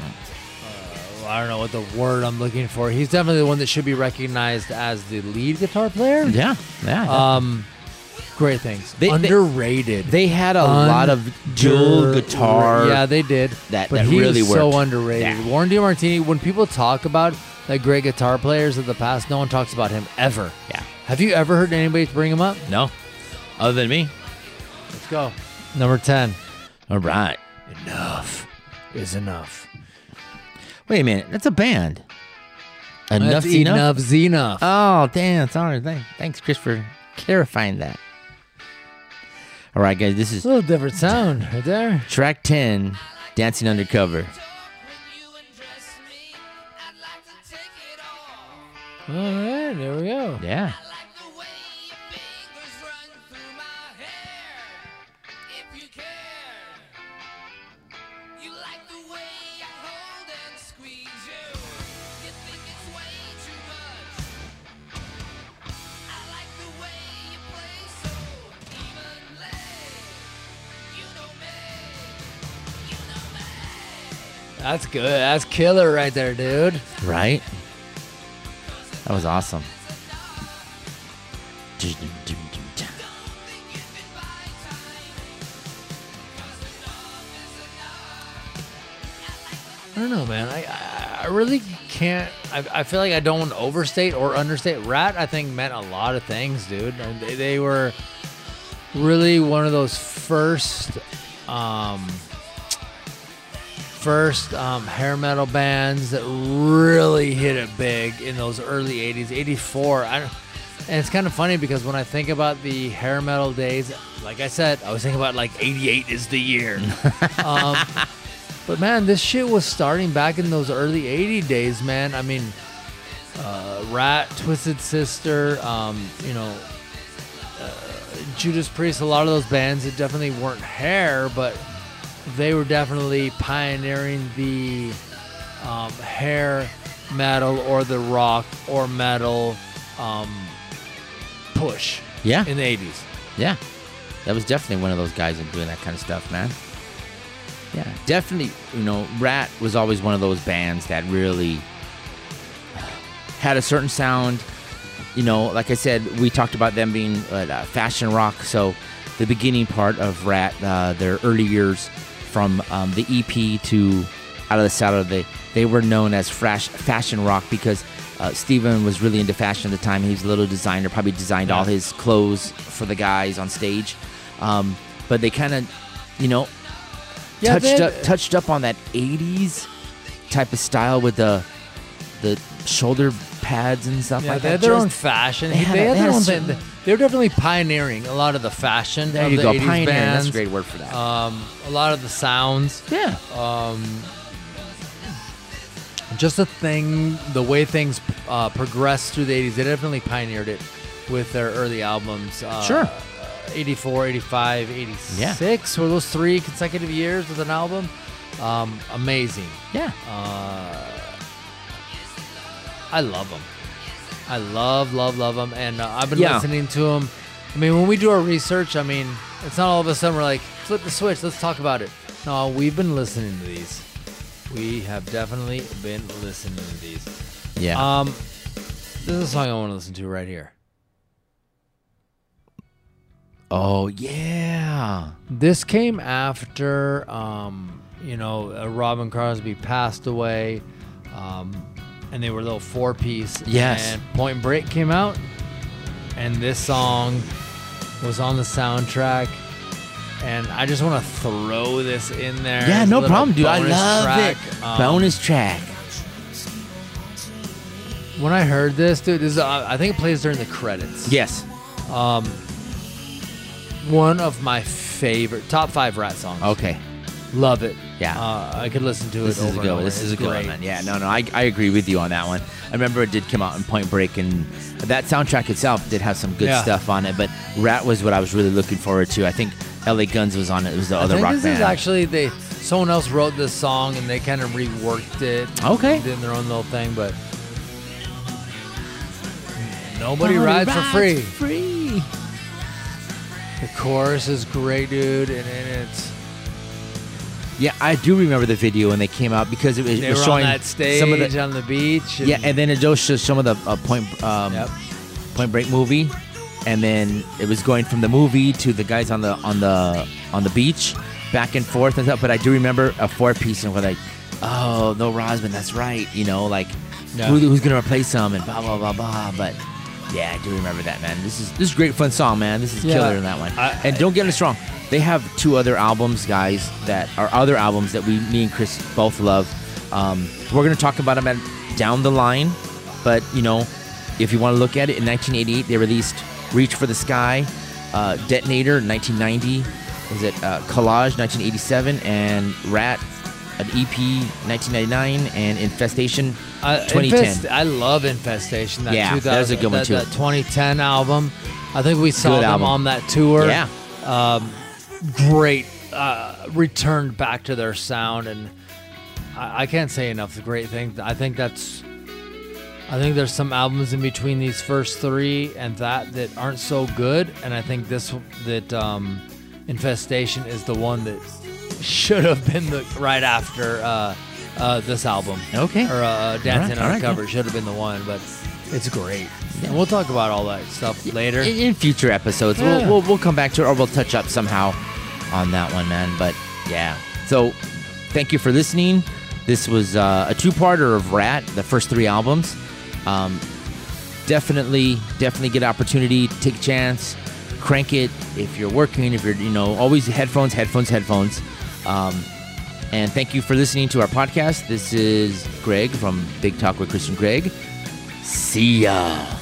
Speaker 1: uh, I don't know what the word I'm looking for. He's definitely the one that should be recognized as the lead guitar player.
Speaker 2: yeah, yeah.
Speaker 1: Um, great things.
Speaker 2: They- they-
Speaker 1: Underrated.
Speaker 2: they had a lot of dual
Speaker 1: Under-
Speaker 2: guitar.
Speaker 1: Yeah, they did.
Speaker 2: that-
Speaker 1: but
Speaker 2: that
Speaker 1: he
Speaker 2: really
Speaker 1: was so
Speaker 2: worked.
Speaker 1: underrated.
Speaker 2: Yeah.
Speaker 1: Warren DiMartini. When people talk about like great guitar players of the past, no one talks about him ever.
Speaker 2: yeah.
Speaker 1: Have you ever heard anybody bring him up?
Speaker 2: No, other than me.
Speaker 1: Let's go. Number ten.
Speaker 2: All right.
Speaker 1: Enough is enough.
Speaker 2: Wait a minute. That's a band.
Speaker 1: Enough
Speaker 2: Enough's
Speaker 1: That's enough's enough.
Speaker 2: Oh, damn. Sorry. Thank- Thanks, Chris, for clarifying that. All right, guys. This
Speaker 1: It's
Speaker 2: is
Speaker 1: a little different sound right there.
Speaker 2: track 10 Dancing Undercover.
Speaker 1: All right, there we go.
Speaker 2: Yeah.
Speaker 1: That's good. That's killer right there, dude.
Speaker 2: Right? That was awesome.
Speaker 1: I don't know, man. I- I I really can't. I, I feel like I don't want to overstate or understate. Rat, I think, meant a lot of things, dude. And they, they were really one of those first, um, first um, hair metal bands that really hit it big in those early '80s, '84. I don't. And it's kind of funny because when I think about the hair metal days, like I said, I was thinking about like '88 is the year. um, but man, this shit was starting back in those early 80 days, man. I mean, uh, Rat, Twisted Sister, um, you know, uh, Judas Priest, a lot of those bands that definitely weren't hair, but they were definitely pioneering the um, hair metal or the rock or metal um, push
Speaker 2: Yeah.
Speaker 1: in the 80s.
Speaker 2: Yeah. That was definitely one of those guys in doing that kind of stuff, man. Yeah. Definitely, you know, Rat was always one of those bands that really had a certain sound. You know, like I said, we talked about them being uh, uh, fashion rock. So the beginning part of Rat, uh, their early years from um, the EP to Out of the Saddle, they, they were known as frash, fashion rock because uh, Steven was really into fashion at the time. He was a little designer, probably designed all his clothes for the guys on stage. Um, but they kind of, you know,
Speaker 1: Yeah, they
Speaker 2: touched
Speaker 1: had-
Speaker 2: up touched up on that 80s type of style with the the shoulder pads and stuff
Speaker 1: Yeah,
Speaker 2: like
Speaker 1: they had
Speaker 2: that.
Speaker 1: their
Speaker 2: Just-
Speaker 1: own fashion.
Speaker 2: they
Speaker 1: They had,
Speaker 2: had a- they
Speaker 1: their
Speaker 2: had a
Speaker 1: own
Speaker 2: certain-
Speaker 1: thing. They were definitely pioneering a lot of the fashion.
Speaker 2: there
Speaker 1: of
Speaker 2: you
Speaker 1: the
Speaker 2: go,
Speaker 1: 80s
Speaker 2: pioneer. That's
Speaker 1: Bands,
Speaker 2: a great word for that.
Speaker 1: Um, a lot of the sounds,
Speaker 2: yeah,
Speaker 1: uh, just the thing, the way things uh, progressed through the 80s. They definitely pioneered it with their early albums. Uh,
Speaker 2: Sure.
Speaker 1: 84, 85, 86 were those three consecutive years with an album. Um, amazing.
Speaker 2: Yeah.
Speaker 1: uh, I love them. I love, love, love them, and uh, I've been
Speaker 2: Yeah.
Speaker 1: listening to them. I mean, when we do our research, I mean, it's not all of a sudden we're like, flip the switch, let's talk about it. No, we've been listening to these. We have definitely been listening to these.
Speaker 2: Yeah.
Speaker 1: Um, this is a song I want to listen to right here.
Speaker 2: oh yeah.
Speaker 1: This came after, um, you know, uh, Robin Crosby passed away, um, and they were a little four piece.
Speaker 2: Yes.
Speaker 1: And Point Break came out, and this song was on the soundtrack. And I just want to throw this in there.
Speaker 2: Yeah,
Speaker 1: as a
Speaker 2: no
Speaker 1: little
Speaker 2: problem, dude. I
Speaker 1: bonus
Speaker 2: love
Speaker 1: track.
Speaker 2: it.
Speaker 1: Um,
Speaker 2: bonus track.
Speaker 1: When I heard this, dude, this is, uh, I think it plays during the credits.
Speaker 2: Yes.
Speaker 1: One of my favorite, top five rat songs.
Speaker 2: Okay.
Speaker 1: Love it.
Speaker 2: Yeah.
Speaker 1: Uh, I could listen to
Speaker 2: This
Speaker 1: it.
Speaker 2: is
Speaker 1: over
Speaker 2: a
Speaker 1: and
Speaker 2: good.
Speaker 1: over.
Speaker 2: one. This is
Speaker 1: It's
Speaker 2: a good
Speaker 1: great.
Speaker 2: one, man. Yeah. No, no. I, I agree with you on that one. I remember it did come out in Point Break, and that soundtrack itself did have some good
Speaker 1: Yeah.
Speaker 2: stuff on it. But Rat was what I was really looking forward to. I think L.A. Guns was on it. It was the
Speaker 1: I
Speaker 2: other
Speaker 1: think
Speaker 2: rock
Speaker 1: this
Speaker 2: band.
Speaker 1: is actually they someone else wrote this song and they kind of reworked it.
Speaker 2: Okay.
Speaker 1: Did their own little thing, but nobody
Speaker 2: Nobody
Speaker 1: rides, for free.
Speaker 2: Free.
Speaker 1: The chorus is great, dude, and, and it's
Speaker 2: Yeah, I do remember the video when they came out because it was,
Speaker 1: they
Speaker 2: it was
Speaker 1: were on
Speaker 2: showing
Speaker 1: that stage
Speaker 2: some of the
Speaker 1: on the beach.
Speaker 2: yeah, and then it just shows some of the uh, Point um,
Speaker 1: Yep.
Speaker 2: Point Break movie, and then it was going from the movie to the guys on the on the on the beach, back and forth and stuff. But I do remember a four piece, and we're like, oh no, Rosman, that's right, you know, like
Speaker 1: Yeah.
Speaker 2: who, who's gonna replace him and blah blah blah blah. But yeah, I do remember that man. This is this is a great fun song, man. This is
Speaker 1: Yeah.
Speaker 2: killer in that one.
Speaker 1: I-
Speaker 2: and don't get us wrong, they have two other albums, guys, that are other albums that we, me and Chris, both love. Um, we're gonna talk about them at, down the line, but you know, if you want to look at it, in 1988 they released "Reach for the Sky," uh, "Detonator" in 1990, was it uh, "Collage" 1987, and "Rat." An E EP 1999 and Infestation
Speaker 1: I,
Speaker 2: 2010.
Speaker 1: Infest- I love Infestation. That
Speaker 2: Yeah,
Speaker 1: 2000,
Speaker 2: that was a good one,
Speaker 1: that-
Speaker 2: too.
Speaker 1: That 2010 album. I think we saw
Speaker 2: Good
Speaker 1: them
Speaker 2: album.
Speaker 1: on that tour.
Speaker 2: Yeah.
Speaker 1: great uh, return back to their sound, and I, I can't say enough great things. I think that's, I think there's some albums in between these first three and that that aren't so good, and I think this that um, Infestation is the one that should have been the right after uh, uh, this album.
Speaker 2: Okay.
Speaker 1: or uh, Dancing
Speaker 2: All right, all right,
Speaker 1: Undercover should have been the one, but it's great. And we'll talk about all that stuff later.
Speaker 2: In, in future episodes,
Speaker 1: Yeah.
Speaker 2: we'll, we'll we'll come back to it or we'll touch up somehow on that one, man. But yeah, so thank you for listening. This was uh, a two-parter of Rat, the first three albums. Um, definitely, definitely get opportunity, take a chance, crank it if you're working, if you're you know always headphones, headphones, headphones. Um, and thank you for listening to our podcast. This is Greg from Big Talk with Christian Greg. See ya.